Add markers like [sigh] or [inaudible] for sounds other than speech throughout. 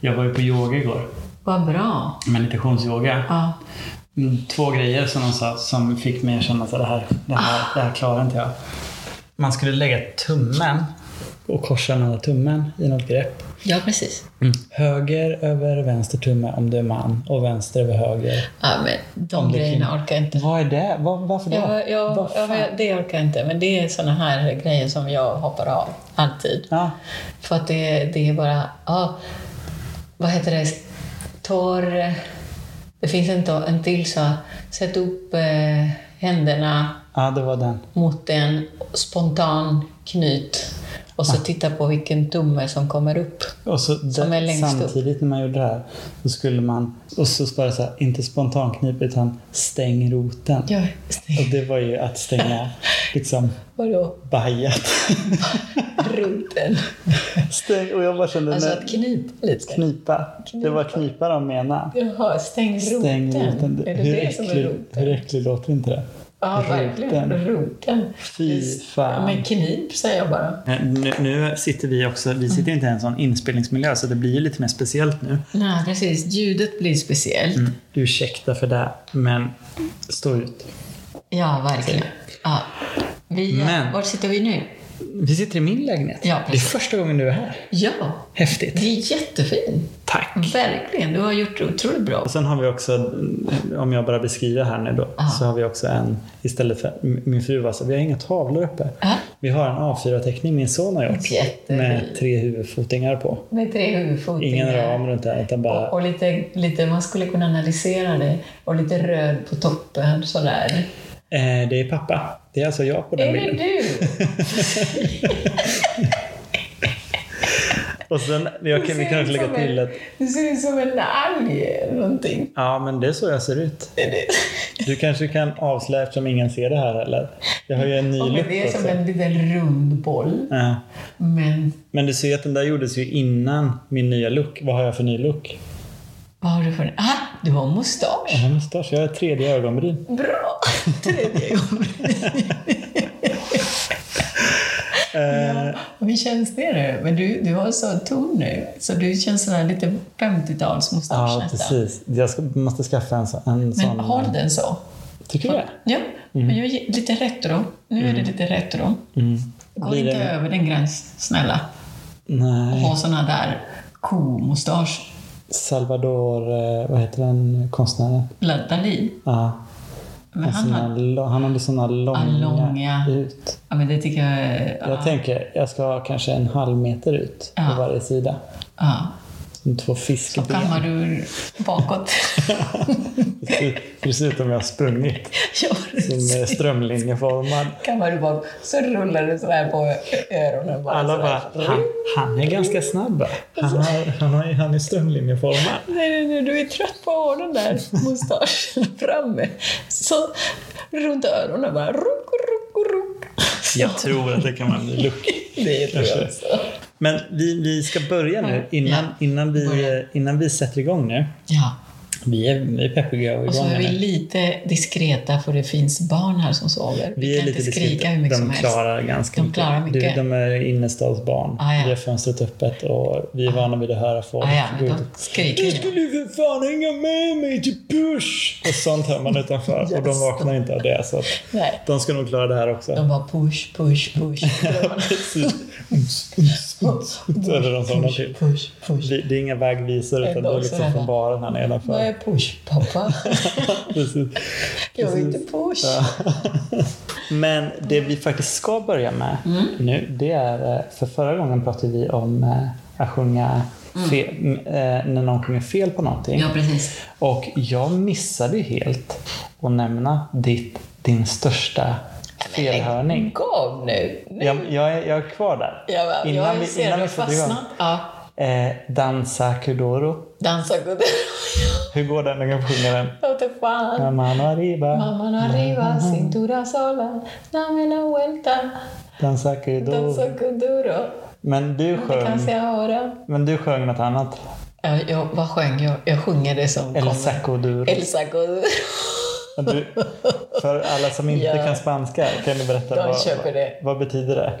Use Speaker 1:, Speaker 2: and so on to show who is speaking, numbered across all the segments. Speaker 1: Jag var ju på yoga igår.
Speaker 2: Vad bra.
Speaker 1: Meditationsyoga.
Speaker 2: Ja.
Speaker 1: Mm, Två grejer som de sa som fick mig att känna att det här, det här,
Speaker 2: Ah.
Speaker 1: det här klarar inte jag. Man skulle lägga tummen och korsa den andra tummen i något grepp.
Speaker 2: ja, precis.
Speaker 1: Höger över vänster tumme om du är man och vänster över höger.
Speaker 2: Ja, men de
Speaker 1: Om det
Speaker 2: grejerna
Speaker 1: fin-
Speaker 2: orkar jag inte.
Speaker 1: Vad är det? Var, varför då?
Speaker 2: Ja, ja,
Speaker 1: Vad
Speaker 2: ja,
Speaker 1: fan?
Speaker 2: men det orkar jag inte. Men det är såna här grejer som jag hoppar av alltid.
Speaker 1: ja.
Speaker 2: För att det, det är bara, ja, vad heter det, torr... Det finns en, to- en till så. Sätt upp eh, händerna
Speaker 1: ja, det var den.
Speaker 2: mot en spontan knyt och så titta på vilken tumme som kommer upp.
Speaker 1: Och så det,
Speaker 2: Som är längst upp.
Speaker 1: samtidigt när man gjorde det här, så skulle man... Och så står det så här, inte spontanknip utan stäng roten.
Speaker 2: Ja,
Speaker 1: Och det var ju att stänga liksom
Speaker 2: vadå?
Speaker 1: bajet.
Speaker 2: Roten.
Speaker 1: [laughs] Stäng, och jag bara kände,
Speaker 2: Alltså
Speaker 1: nej,
Speaker 2: att knipa lite.
Speaker 1: knipa. Det var knipa de menade.
Speaker 2: Jaha, stäng roten.
Speaker 1: Stäng roten.
Speaker 2: Är det
Speaker 1: Hur,
Speaker 2: det som är
Speaker 1: äcklig,
Speaker 2: roten?
Speaker 1: hur äcklig låter inte det?
Speaker 2: Ja, verkligen.
Speaker 1: roten.
Speaker 2: Roten.
Speaker 1: Fy
Speaker 2: Ja,
Speaker 1: fan.
Speaker 2: men knip säger jag bara.
Speaker 1: Eh, Nu, nu sitter vi också, vi sitter inte i en sån inspelningsmiljö så det blir ju lite mer speciellt nu.
Speaker 2: Nej, precis. Ljudet blir speciellt.
Speaker 1: Mm. Ursäkta för det, men stå ut.
Speaker 2: Ja, verkligen. Ja. Vi,
Speaker 1: Men-
Speaker 2: Var sitter vi nu?
Speaker 1: Vi sitter i min lägenhet.
Speaker 2: Ja,
Speaker 1: det är
Speaker 2: precis.
Speaker 1: första gången du är här.
Speaker 2: Ja,
Speaker 1: Häftigt.
Speaker 2: det är jättefin.
Speaker 1: Tack.
Speaker 2: Verkligen. Du har gjort det otroligt bra.
Speaker 1: Och sen har vi också, om jag bara beskriver här nu då,
Speaker 2: Ja.
Speaker 1: så har vi också en, istället för, min fru var så, vi har inga tavlor uppe.
Speaker 2: Ja,
Speaker 1: Vi har en A4-teckning min son har gjort.
Speaker 2: Jättefin.
Speaker 1: Med tre huvudfotingar på.
Speaker 2: med tre huvudfotingar.
Speaker 1: Ingen ram runt det, utan bara...
Speaker 2: Och, och lite, lite, man skulle kunna analysera det. Och lite röd på toppen sådär.
Speaker 1: Eh, det är pappa. Det är alltså jag på den
Speaker 2: Är det
Speaker 1: bilden.
Speaker 2: du?
Speaker 1: Och sen, jag kan, vi kan också lägga till att...
Speaker 2: Du ser ut som en alg eller någonting.
Speaker 1: Ja, men det är så jag ser ut.
Speaker 2: Det är det.
Speaker 1: Du kanske kan avslöja eftersom ingen ser det här heller. Jag har ju en ny
Speaker 2: Ja, men
Speaker 1: look
Speaker 2: det är som
Speaker 1: också.
Speaker 2: en liten rund boll.
Speaker 1: Ja.
Speaker 2: Men
Speaker 1: Men du ser ju att den där gjordes ju innan min nya look. Vad har jag för ny look?
Speaker 2: vad har du för... Ah, du har
Speaker 1: Jag
Speaker 2: mustasch!
Speaker 1: har mustasch. Jag har ett tredje ögonbryn.
Speaker 2: Bra! [laughs] Tredje gången.
Speaker 1: [laughs] Eh.
Speaker 2: ja, hur känns det nu? Men du, du har så ton nu, så du känns sådär lite 50-talsmustasch
Speaker 1: Ja,
Speaker 2: nästan.
Speaker 1: precis. Jag ska, måste skaffa en, så, en
Speaker 2: Men
Speaker 1: sån.
Speaker 2: håll den så.
Speaker 1: Tycker du det?
Speaker 2: Ja, men jag är lite retro. Nu är det lite retro.
Speaker 1: Mm.
Speaker 2: Gå
Speaker 1: Blir
Speaker 2: inte
Speaker 1: det-
Speaker 2: över den gränsen, snälla.
Speaker 1: Nej.
Speaker 2: Ha såna där komustasch.
Speaker 1: Salvador, eh, vad heter den konstnären?
Speaker 2: Dali.
Speaker 1: Ja.
Speaker 2: Men
Speaker 1: Han,
Speaker 2: han
Speaker 1: sina,
Speaker 2: har...
Speaker 1: lo- han hade såna långa,
Speaker 2: långa.
Speaker 1: ut.
Speaker 2: Ja, men det tycker jag...
Speaker 1: Jag
Speaker 2: Ja,
Speaker 1: tänker, jag ska ha kanske en halv meter ut
Speaker 2: Ja.
Speaker 1: på varje sida.
Speaker 2: ja.
Speaker 1: Som två
Speaker 2: Då
Speaker 1: fiskeben. [laughs]
Speaker 2: kammar du bakåt.
Speaker 1: Det ser ut- det ser ut om jag har sprungit.
Speaker 2: Ja,
Speaker 1: Som är strömlinjeformad.
Speaker 2: kammar du bakåt. Så rullar du så här på öronen. Bara
Speaker 1: Alla
Speaker 2: så
Speaker 1: bara,
Speaker 2: här.
Speaker 1: han, han är ganska snabb. Han, har, han, har, han är strömlinjeformad.
Speaker 2: Nej, nej, nej, du är trött på att ha den där mustaschen [laughs] framme. Så runt öronen bara. Ruk, ruk, ruk.
Speaker 1: Jag tror att det kan vara en ny look.
Speaker 2: Det alltså. tror jag
Speaker 1: Kanske.
Speaker 2: också.
Speaker 1: Men vi, vi ska börja nu innan, innan, vi, innan vi sätter igång nu.
Speaker 2: Ja,
Speaker 1: Vi är, vi är peppiga och
Speaker 2: och så
Speaker 1: igång
Speaker 2: är Alltså,
Speaker 1: här
Speaker 2: vi
Speaker 1: nu.
Speaker 2: lite diskreta för det finns barn här som sover. Vi,
Speaker 1: är
Speaker 2: kan inte skrika
Speaker 1: diskreta.
Speaker 2: hur mycket
Speaker 1: de
Speaker 2: som helst.
Speaker 1: klarar ganska
Speaker 2: De klarar mycket.
Speaker 1: Du, de är innerstadsbarn.
Speaker 2: Ah, ja.
Speaker 1: Vi har fönstret öppet och vi är vana vid att höra folk
Speaker 2: Ah, ja,
Speaker 1: gå
Speaker 2: men
Speaker 1: ut.
Speaker 2: de skriker.
Speaker 1: Du
Speaker 2: ju.
Speaker 1: skulle för fan hänga med mig till push! Och sånt hör man utanför och de vaknar inte av det. Så att
Speaker 2: Nej.
Speaker 1: de ska nog klara det här [laughs] också.
Speaker 2: De bara push,
Speaker 1: [laughs]
Speaker 2: push, push.
Speaker 1: Precis. Uns, uns, uns. Det är det de typ somnar till.
Speaker 2: push, push, push.
Speaker 1: Det det är inga vägvisor utan det
Speaker 2: Ändå
Speaker 1: är
Speaker 2: också
Speaker 1: liksom
Speaker 2: det
Speaker 1: från
Speaker 2: här.
Speaker 1: baren här
Speaker 2: Vad
Speaker 1: nedanför.
Speaker 2: är push,
Speaker 1: [laughs]
Speaker 2: pappa?
Speaker 1: Precis.
Speaker 2: Jag vill
Speaker 1: Precis.
Speaker 2: inte push.
Speaker 1: Men det vi faktiskt ska börja med
Speaker 2: Mm.
Speaker 1: nu, det är, eh, för förra gången pratade vi om eh, att sjunga fel, m- eh, när någon sjunger fel på någonting.
Speaker 2: Mm. Ja, precis.
Speaker 1: Och jag missade ju helt att nämna ditt, din största felhörning.
Speaker 2: Gav nu. nu.
Speaker 1: Jag, jag, är, jag är kvar där.
Speaker 2: Jag, jag,
Speaker 1: innan
Speaker 2: jag
Speaker 1: vi,
Speaker 2: ser,
Speaker 1: innan
Speaker 2: du
Speaker 1: vi
Speaker 2: har
Speaker 1: sätter igång.
Speaker 2: fastnat. Ja.
Speaker 1: Eh, dansa Kudoro.
Speaker 2: Dansa [laughs] gubben.
Speaker 1: Hur går den? Jag kan sjunga den.
Speaker 2: Låter fan.
Speaker 1: Mamma no arriba,
Speaker 2: Mamma no
Speaker 1: [laughs]
Speaker 2: arriba, cintura sola, dame la vuelta,
Speaker 1: dansa Kudoro.
Speaker 2: dansa kuduro.
Speaker 1: Men du
Speaker 2: Det
Speaker 1: sjöng,
Speaker 2: kan jag höra.
Speaker 1: men du sjöng något annat.
Speaker 2: Ja, jag, vad sjöng jag? Jag sjunger det som
Speaker 1: Elsa
Speaker 2: kommer.
Speaker 1: Kuduro.
Speaker 2: Elsa Kuduro.
Speaker 1: Men Du, för alla som inte
Speaker 2: Ja.
Speaker 1: kan spanska, kan du berätta
Speaker 2: De
Speaker 1: vad,
Speaker 2: köper det.
Speaker 1: vad betyder det?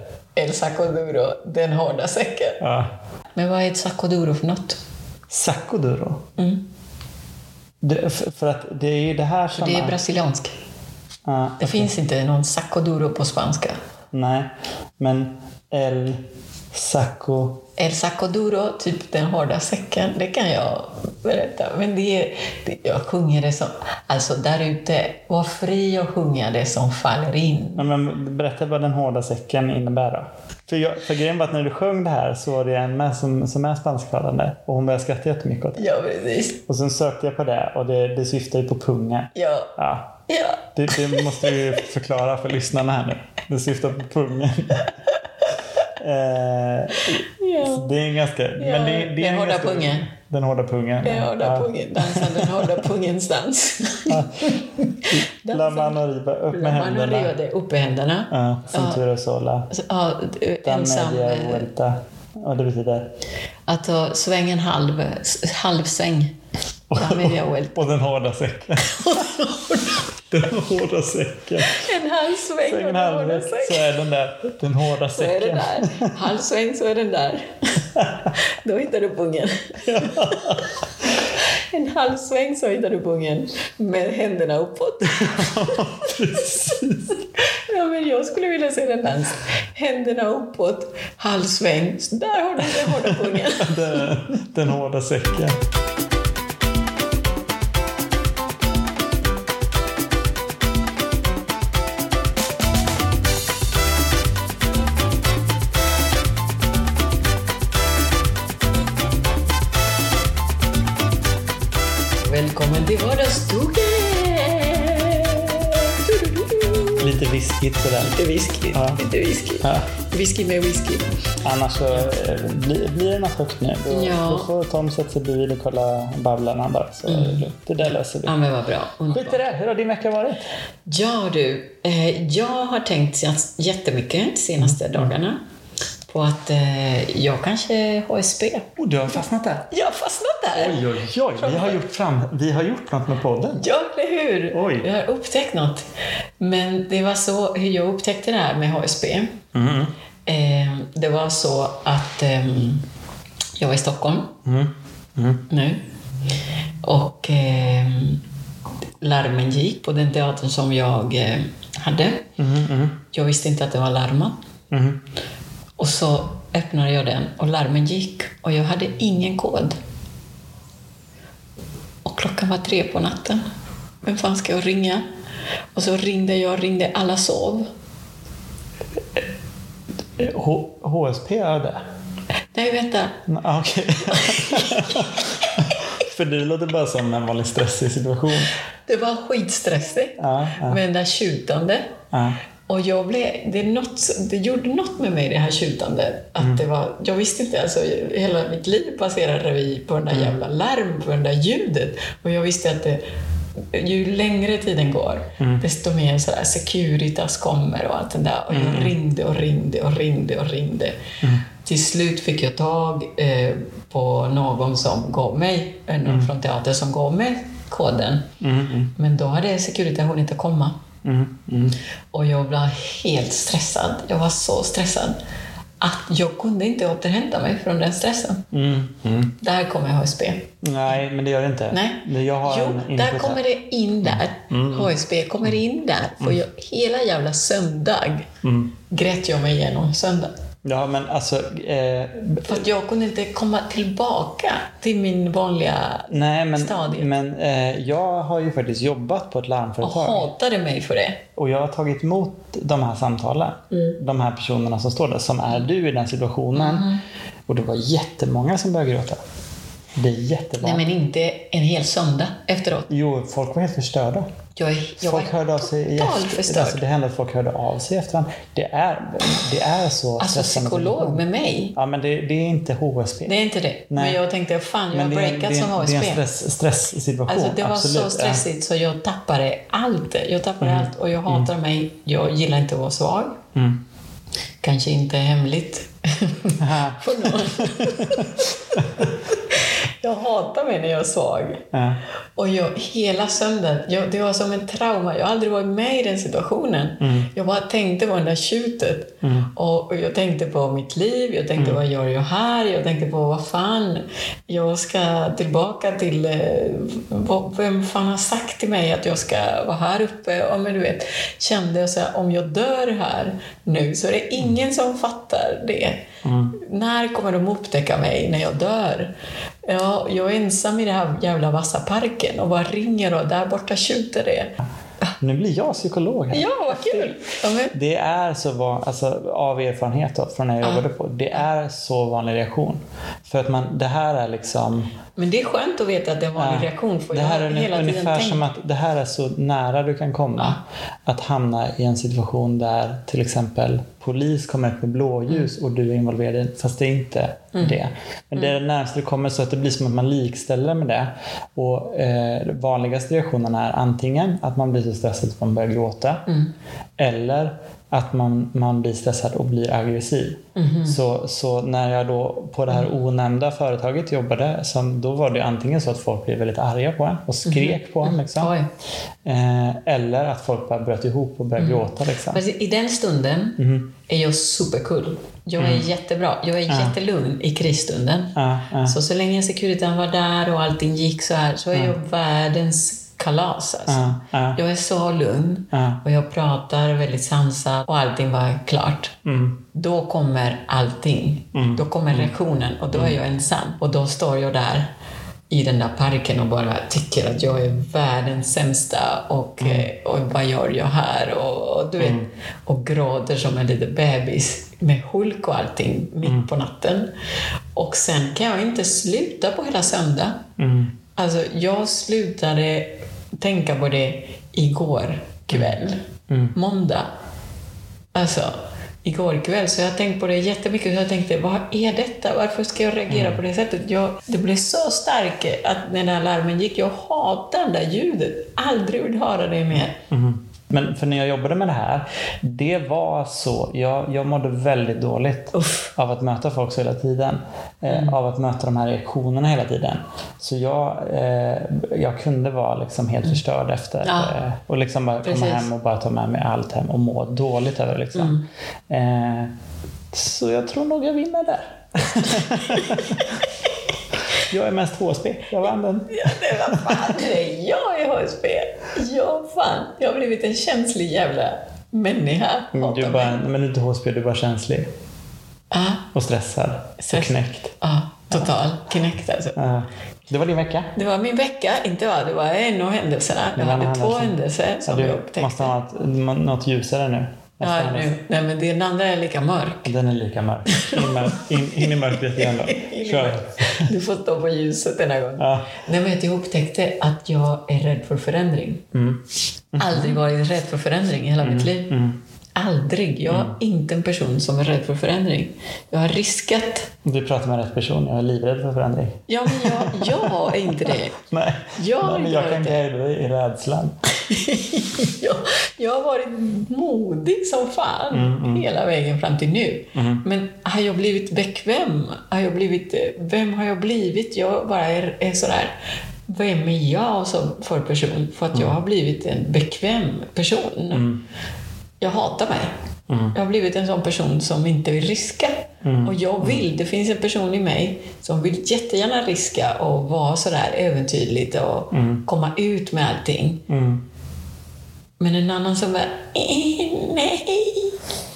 Speaker 2: Elsa Kuduro, den hårda säcken.
Speaker 1: Ja.
Speaker 2: Men vad är ett sakoduro för något?
Speaker 1: Sacoduro.
Speaker 2: Mm.
Speaker 1: Det, för, för att det är ju det här som...
Speaker 2: Det är
Speaker 1: är-
Speaker 2: brasiliansk.
Speaker 1: Ja,
Speaker 2: Det finns inte någon sacoduro på spanska.
Speaker 1: nej, men El Saco...
Speaker 2: El sacoduro, typ den hårda säcken, det kan jag berätta. Men det är, det, jag sjunger det som... Alltså, där ute, var fri och sjunga det som faller in.
Speaker 1: Nej, men berätta vad den hårda säcken innebär då. För, jag, för grejen var att när du sjöng det här så var det en med som, som är spansktalande och hon började skratta jättemycket åt det.
Speaker 2: Ja, precis.
Speaker 1: Och sen sökte jag på det och det, det syftar ju på pungen.
Speaker 2: Ja,
Speaker 1: Ja,
Speaker 2: ja.
Speaker 1: det, det måste du ju förklara för lyssnarna här nu. Det syftar på pungen. Eh,
Speaker 2: ja.
Speaker 1: så det är ganska... men det, det är
Speaker 2: den
Speaker 1: en
Speaker 2: hårda
Speaker 1: ganska-
Speaker 2: pungen.
Speaker 1: Den hårda pungen.
Speaker 2: Den hårda
Speaker 1: Ja.
Speaker 2: pungen, dansa den hårda pungens dans. [laughs]
Speaker 1: La mano arriba, upp med
Speaker 2: Man har
Speaker 1: händerna.
Speaker 2: det upp i händerna.
Speaker 1: Ja, cintura sola.
Speaker 2: Alltså, ja, d-
Speaker 1: Da
Speaker 2: ensam.
Speaker 1: media
Speaker 2: eh,
Speaker 1: vuelta. Och det betyder?
Speaker 2: Att ta sväng en halv,
Speaker 1: [laughs]
Speaker 2: s- halvsväng. Da media vuelta.
Speaker 1: Och den hårda säcken.
Speaker 2: [laughs]
Speaker 1: den hårda säcken.
Speaker 2: En halv sväng och
Speaker 1: Sängen
Speaker 2: en halv
Speaker 1: halvet
Speaker 2: sväng.
Speaker 1: så är den där den hårda
Speaker 2: Så är den
Speaker 1: säcken.
Speaker 2: där. Halv sväng så är den där. Då hittar du
Speaker 1: [laughs]
Speaker 2: pungen. En halv sväng så hittar du pungen med händerna uppåt.
Speaker 1: [laughs] Precis.
Speaker 2: Ja, men jag skulle vilja se den dansen. Händerna uppåt, halvsväng. Så Där har du den hårda
Speaker 1: [laughs]
Speaker 2: pungen.
Speaker 1: Den, den hårda säcken.
Speaker 2: Välkommen till vardagsstugan!
Speaker 1: Lite viskigt sådär.
Speaker 2: Lite whisky,
Speaker 1: Ja.
Speaker 2: lite whisky.
Speaker 1: Ja,
Speaker 2: Whisky med whisky.
Speaker 1: annars så eh, blir, blir det något högt nu. Då,
Speaker 2: Ja.
Speaker 1: då får Tom sätta sig bredvid och kolla Babblarna bara. Så är det lugnt. det där löser vi.
Speaker 2: Mm. Ja, men vad bra. Underbart.
Speaker 1: Skit i det. Hur har din vecka varit?
Speaker 2: Ja du, eh, jag har tänkt jats- jättemycket de senaste dagarna på att eh, jag kanske HSB.
Speaker 1: Oh, du har fastnat där.
Speaker 2: Jag har fastnat där!
Speaker 1: Oj, oj, oj. Vi har gjort, fram, vi har gjort något med podden.
Speaker 2: Ja, eller hur?
Speaker 1: Oj.
Speaker 2: Jag har upptäckt något. Men det var så hur jag upptäckte det här med HSB.
Speaker 1: Mm,
Speaker 2: Eh, det var så att ehm, jag var i Stockholm
Speaker 1: mm,
Speaker 2: nu. Och ehm, larmen gick på den teatern som jag eh, hade.
Speaker 1: mm,
Speaker 2: Jag visste inte att det var larmat.
Speaker 1: Mhm.
Speaker 2: Och så öppnade jag den och larmen gick och jag hade ingen kod. Och klockan var tre på natten. Vem fan ska jag ringa? Och så ringde jag, ringde, alla sov.
Speaker 1: Eh, H- HSP är det.
Speaker 2: Nej, vänta.
Speaker 1: Mm, ah, Okej. [laughs] För det låter bara som en vanlig stressig situation.
Speaker 2: Det var skitstressigt.
Speaker 1: Ja, ja,
Speaker 2: Med det där tjutande.
Speaker 1: ja.
Speaker 2: Och jag blev, det, är något, det gjorde något med mig, det här tjutandet. Att det var, jag visste inte, alltså, hela mitt liv passerade revy på den där jävla larm, på det där ljudet. Och jag visste att det, ju längre tiden går, desto mer sådär Securitas kommer och allt det där. Och jag ringde och ringde och ringde och ringde. Till slut fick jag tag eh, på någon som gav mig, eh, någon från teatern som gav mig koden.
Speaker 1: Mm,
Speaker 2: Men då hade Securitas hunnit att komma.
Speaker 1: mm,
Speaker 2: Och jag blev helt stressad. Jag var så stressad att jag kunde inte återhämta mig från den stressen.
Speaker 1: Mm, mm.
Speaker 2: Där kommer HSB.
Speaker 1: Nej, men det gör det inte.
Speaker 2: Nej.
Speaker 1: Det- Jag har en Mm.
Speaker 2: jo, där
Speaker 1: input
Speaker 2: kommer
Speaker 1: här.
Speaker 2: det in där. HSB kommer in där. För
Speaker 1: Mm.
Speaker 2: jag, hela jävla söndag grät jag mig igenom söndag.
Speaker 1: Ja, men alltså... Eh,
Speaker 2: För att jag kunde inte komma tillbaka till min vanliga...
Speaker 1: nej, men,
Speaker 2: Stadiet.
Speaker 1: men eh, jag har ju faktiskt jobbat på ett
Speaker 2: Och
Speaker 1: larmföretag.
Speaker 2: hatade mig för det.
Speaker 1: Och jag har tagit emot de här samtalen.
Speaker 2: Mm.
Speaker 1: De här personerna som står där, som är du i den situationen. Och det var jättemånga som började gråta. Det är jättevanligt.
Speaker 2: Nej, men inte en hel söndag efteråt.
Speaker 1: Jo, folk var helt förstörda.
Speaker 2: Jag, är- jag
Speaker 1: Folk
Speaker 2: var
Speaker 1: hörde av sig i
Speaker 2: totalt
Speaker 1: efter,
Speaker 2: förstörd.
Speaker 1: alltså det hände att folk hörde av sig i efterhand. Det är, det är så
Speaker 2: alltså
Speaker 1: stressande
Speaker 2: psykolog
Speaker 1: situation.
Speaker 2: med mig.
Speaker 1: Ja, men det, det är inte HSP.
Speaker 2: Det är inte det. Men jag tänkte, fan, jag har
Speaker 1: men det, är-
Speaker 2: breakat
Speaker 1: det, är-
Speaker 2: som
Speaker 1: det är
Speaker 2: HSB.
Speaker 1: en stress, stresssituation.
Speaker 2: Alltså, det var
Speaker 1: absolut.
Speaker 2: så stressigt så jag tappade allt. Jag tappade allt och jag hatar mig. Jag gillar inte att vara svag.
Speaker 1: Mm.
Speaker 2: Kanske inte hemligt [laughs]
Speaker 1: Ja.
Speaker 2: för någon. jag hatar mig när jag är svag.
Speaker 1: Ja.
Speaker 2: Och jag, hela söndagen, jag, det var som en trauma. Jag har aldrig varit med i den situationen. Jag bara tänkte på det där tjutet. Och, och jag tänkte på mitt liv, jag tänkte vad gör jag här? Jag tänkte på vad fan, jag ska tillbaka till... eh, vad- Vem fan har sagt till mig att jag ska vara här uppe? Ja, men du vet, kände jag så här, om jag dör här nu så är det ingen som fattar det. När kommer de upptäcka mig när jag dör? Ja, jag är ensam i den här jävla vassa parken och bara ringer och där borta tjuter det.
Speaker 1: Nu blir jag psykolog här.
Speaker 2: Ja, vad kul! Ja, men,
Speaker 1: Det är så van, alltså, av erfarenhet då, från när jag jobbade på, det är så vanlig reaktion. För att man, det här är liksom...
Speaker 2: men det är skönt att veta att det var en vanlig reaktion. För
Speaker 1: det här är
Speaker 2: jag har
Speaker 1: uni-
Speaker 2: hela tiden
Speaker 1: ungefär
Speaker 2: tänkt-
Speaker 1: som att det här är så nära du kan komma. Att hamna i en situation där till exempel polis kommer upp med blåljus och du är involverad i fast det är inte det. Men det är det närmaste du kommer så att det blir som att man likställer med det. Och eh, vanligaste reaktionen är antingen att man blir så stressad att man börjar gråta eller att man, man blir stressad och blir aggressiv. Så, så när jag då på det här onämnda företaget jobbade, som, då var det antingen så att folk blev väldigt arga på en och skrek på en. Liksom.
Speaker 2: Oj.
Speaker 1: Eh, eller att folk bara bröt ihop och började
Speaker 2: Mm.
Speaker 1: gråta. Liksom.
Speaker 2: Fast i den stunden
Speaker 1: Mhm.
Speaker 2: är jag supercool. Jag är jättebra. Jag är jättelugn i krisstunden.
Speaker 1: Mm. Ja, ja.
Speaker 2: Så, så länge Securitan var där och allting gick så här så är jag världens kalas. Alltså.
Speaker 1: Ja, ja.
Speaker 2: Jag är så lugn
Speaker 1: Ja.
Speaker 2: och jag pratar väldigt sansat och allting var klart.
Speaker 1: Mm.
Speaker 2: Då kommer allting. Då kommer reaktionen och då är jag ensam. Och då står jag där i den där parken och bara tycker att jag är världens sämsta och, eh, och vad gör jag här? Och, och, du vet, och gråter som en liten bebis med Hulk och allting mitt på natten. Och sen kan jag inte sluta på hela söndag. Alltså, jag slutade tänka på det igår kväll, måndag. Alltså, igår kväll. Så jag har tänkt på det jättemycket. Så jag tänkte, vad är detta? Varför ska jag reagera
Speaker 1: Mm.
Speaker 2: på det sättet? Jag, det blev så starkt att när den här larmen gick. Jag hatar det där ljudet. Aldrig vill höra det mer.
Speaker 1: Mhm. Men för när jag jobbade med det här, det var så. Jag, jag mådde väldigt dåligt
Speaker 2: Uff. Mm.
Speaker 1: av att möta folk så hela tiden. Eh, Av att möta de här reaktionerna hela tiden. Så jag, eh, jag kunde vara liksom helt förstörd efter.
Speaker 2: Mm. Ja.
Speaker 1: Eh, och liksom bara komma
Speaker 2: Precis.
Speaker 1: hem och bara ta med mig allt hem och må dåligt över det. Liksom.
Speaker 2: Mm.
Speaker 1: Eh, så jag tror nog jag vinner där. [laughs] jag är mest HSB. Jag vann den.
Speaker 2: Ja, det var fan, [laughs] det är jag i HSB. Ja, fan. Jag har blivit en känslig jävla människa.
Speaker 1: Mm, Du är bara, men du är inte HSB, du är bara känslig.
Speaker 2: Ja,
Speaker 1: Och stressad. Och
Speaker 2: Stress.
Speaker 1: knäckt.
Speaker 2: ja, total knäckt alltså.
Speaker 1: Ja. Det var din vecka.
Speaker 2: Det var min vecka, inte va? Det var en av händelserna. Jag
Speaker 1: var en
Speaker 2: hade två
Speaker 1: händelse.
Speaker 2: händelser
Speaker 1: Ja,
Speaker 2: som jag
Speaker 1: du måste
Speaker 2: upptäckte.
Speaker 1: ha något, något ljusare nu. Nästa
Speaker 2: Ja,
Speaker 1: händelse.
Speaker 2: nu. Nej, men den andra är lika mörk.
Speaker 1: Den är lika mörk. In, i mör- in, in i mörkret igen
Speaker 2: [laughs]
Speaker 1: då. Kör.
Speaker 2: Du får stå på ljuset den här gången.
Speaker 1: Ja.
Speaker 2: Nej, men jag upptäckte att jag är rädd för förändring.
Speaker 1: Mm.
Speaker 2: Aldrig varit rädd för förändring i hela mitt liv. Aldrig. Jag
Speaker 1: Mm.
Speaker 2: är inte en person som är rädd för förändring. Jag har riskat.
Speaker 1: Du pratar med rätt person. Jag är livrädd för förändring. [laughs]
Speaker 2: Ja, men jag, jag är inte det.
Speaker 1: Nej,
Speaker 2: Jag
Speaker 1: Nej
Speaker 2: har
Speaker 1: men
Speaker 2: inte
Speaker 1: jag
Speaker 2: varit
Speaker 1: kan
Speaker 2: det.
Speaker 1: guida dig i rädslan.
Speaker 2: [laughs] jag, jag har varit modig som fan hela vägen fram till nu. Men har jag blivit bekväm? Har jag blivit, eh, vem har jag blivit? Jag bara är, är sådär, vem är jag som för person? För att jag har blivit en bekväm person. Jag hatar mig. Jag har blivit en sån person som inte vill riska. Och jag vill. Det finns en person i mig som vill jättegärna riska och vara sådär äventyrligt och komma ut med allting.
Speaker 1: Mm.
Speaker 2: Men en annan som bara, "Eh, nej,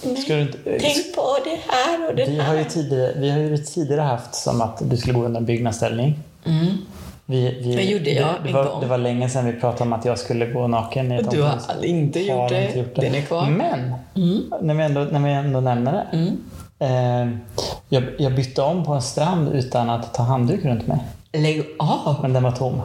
Speaker 2: nej.
Speaker 1: Ska du inte,
Speaker 2: Tänk på det här och det
Speaker 1: vi, har ju
Speaker 2: här.
Speaker 1: tidigare, vi har ju tidigare haft som att du skulle gå under en byggnadsställning. Vi, vi,
Speaker 2: Mm. Det gjorde jag
Speaker 1: det, det,
Speaker 2: en
Speaker 1: var,
Speaker 2: gång.
Speaker 1: det var länge sedan vi pratade om att jag skulle gå naken i ett
Speaker 2: Du har
Speaker 1: omklädningsrum.
Speaker 2: inte gjort
Speaker 1: har
Speaker 2: det.
Speaker 1: inte gjort det.
Speaker 2: Den är kvar. Mm.
Speaker 1: Men, när, vi ändå, när vi ändå nämner det. Eh, jag, jag bytte om på en strand utan att ta handduk runt mig.
Speaker 2: Lägg av!
Speaker 1: Men den var tom.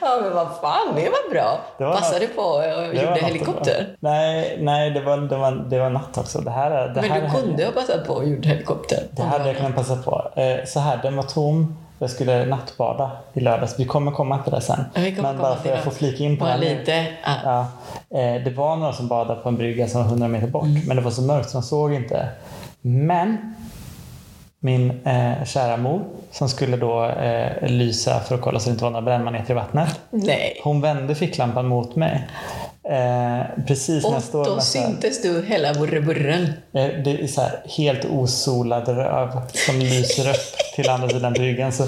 Speaker 2: Ja, men vad fan, det var bra.
Speaker 1: Det var
Speaker 2: Passade på och
Speaker 1: Det var
Speaker 2: gjorde
Speaker 1: natt-
Speaker 2: helikopter.
Speaker 1: Nej, nej det, var, det, var, det var natt också. Det här, är- det här
Speaker 2: Men du
Speaker 1: är-
Speaker 2: kunde ha passat på och gjort helikopter.
Speaker 1: Det
Speaker 2: Om
Speaker 1: hade
Speaker 2: du
Speaker 1: jag kunnat passa på. Eh, Så här, den var tom. Jag skulle nattbada i lördags. Vi kommer komma till det sen.
Speaker 2: Ja, vi kommer
Speaker 1: Men
Speaker 2: komma
Speaker 1: bara för
Speaker 2: till
Speaker 1: att
Speaker 2: det.
Speaker 1: jag får flika in på
Speaker 2: Bara
Speaker 1: det här nu.
Speaker 2: lite. Ja.
Speaker 1: Ja. Eh, Det var några som badade på en brygga som var 100 meter bort. Men det var så mörkt så de såg inte. Men min eh, kära mor som skulle då eh, lysa för att kolla så det inte var några brännmaneter i vattnet.
Speaker 2: Nej.
Speaker 1: Hon vände ficklampan mot mig. Eh, precis när jag
Speaker 2: Och
Speaker 1: står
Speaker 2: då
Speaker 1: med så här,
Speaker 2: syntes du hela burreburren.
Speaker 1: eh, det är så här helt osolad röv som lyser upp till andra sidan bryggan. Så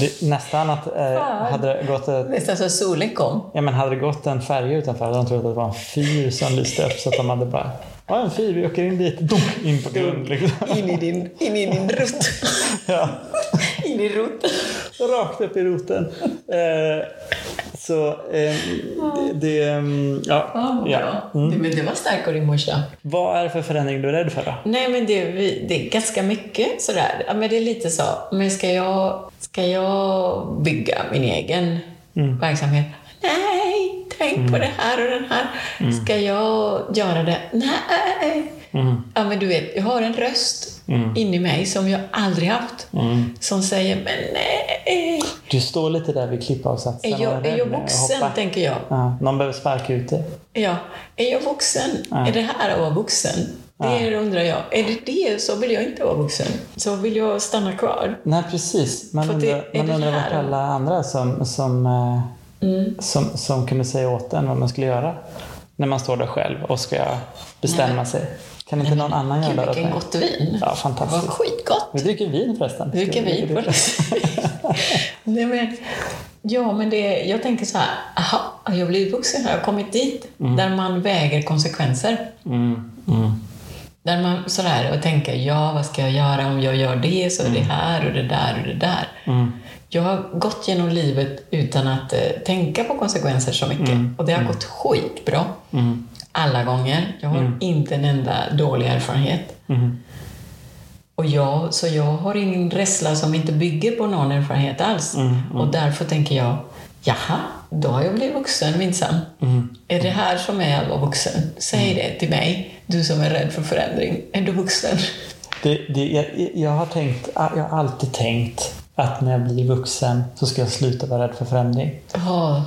Speaker 1: det, nästan att eh,
Speaker 2: Fan.
Speaker 1: hade det gått ett
Speaker 2: Nästan så solen kom.
Speaker 1: Ja men hade det gått en färja utanför hade de trott att det var en fyr som lyste upp så att de hade bara Ja en fyr, vi åker in dit. Dunk, in på grund liksom.
Speaker 2: In i din, in i
Speaker 1: [laughs]
Speaker 2: din rot.
Speaker 1: Ja,
Speaker 2: In i roten.
Speaker 1: rakt upp i roten. Eh, så eh, det, det, mm, ja.
Speaker 2: Ja, Mm. vad
Speaker 1: ja.
Speaker 2: bra. Det- Men det var starkt av din morsa.
Speaker 1: Vad är det för förändring du är rädd för då?
Speaker 2: Nej, men det, vi- det är ganska mycket sådär. Ja, men det är lite så. Men ska jag, ska jag bygga min egen Mm. verksamhet? Nej, tänk på det här och den här. Ska jag göra det? Nej. Ja, men du vet, jag har en röst inne i mig som jag aldrig haft. Som säger, men nej.
Speaker 1: Du står lite där vid klippavsatsen
Speaker 2: Är
Speaker 1: och
Speaker 2: jag, är jag
Speaker 1: när
Speaker 2: vuxen,
Speaker 1: hoppar.
Speaker 2: tänker jag.
Speaker 1: Ja, någon behöver sparka ut dig.
Speaker 2: Ja, är jag vuxen? Är det här att vara vuxen? Det undrar jag. Är det det så vill jag inte vara vuxen. Så vill jag stanna kvar.
Speaker 1: Nej precis. Man
Speaker 2: För det-
Speaker 1: undrar,
Speaker 2: är
Speaker 1: man
Speaker 2: det
Speaker 1: undrar
Speaker 2: här- Mm.
Speaker 1: vart alla andra som, som, eh, som, som kunde säga åt en vad man skulle göra. När man står där själv och ska bestämma sig. Kan inte någon annan
Speaker 2: Gud,
Speaker 1: göra det åt
Speaker 2: vilken
Speaker 1: mig?
Speaker 2: gott vin.
Speaker 1: Ja,
Speaker 2: Vad
Speaker 1: fantastiskt.
Speaker 2: skitgott.
Speaker 1: Vi dricker vin förresten. Ska
Speaker 2: Vilken
Speaker 1: vi
Speaker 2: vin.
Speaker 1: dricka det? [laughs]
Speaker 2: Nej, men, ja, men det, jag tänker så här. Aha, jag har blivit vuxen. Jag har kommit dit. Där man väger konsekvenser.
Speaker 1: Mm, mm.
Speaker 2: Där man sådär och tänker, ja vad ska jag göra om jag gör det så är det här och det där och det där. Jag har gått genom livet utan att eh, tänka på konsekvenser så mycket. Och det har gått skitbra. Alla gånger. Jag har inte en enda dålig erfarenhet.
Speaker 1: mm.
Speaker 2: Och jag, så jag har ingen rädsla som inte bygger på någon erfarenhet alls. Och därför tänker jag, jaha, då har jag blivit vuxen minsann. Är det här som är att vara vuxen? Säg det till mig, du som är rädd för förändring. Är du vuxen?
Speaker 1: Det, det, jag, jag, har tänkt, jag har alltid tänkt att när jag blir vuxen så ska jag sluta vara rädd för förändring.
Speaker 2: Ja,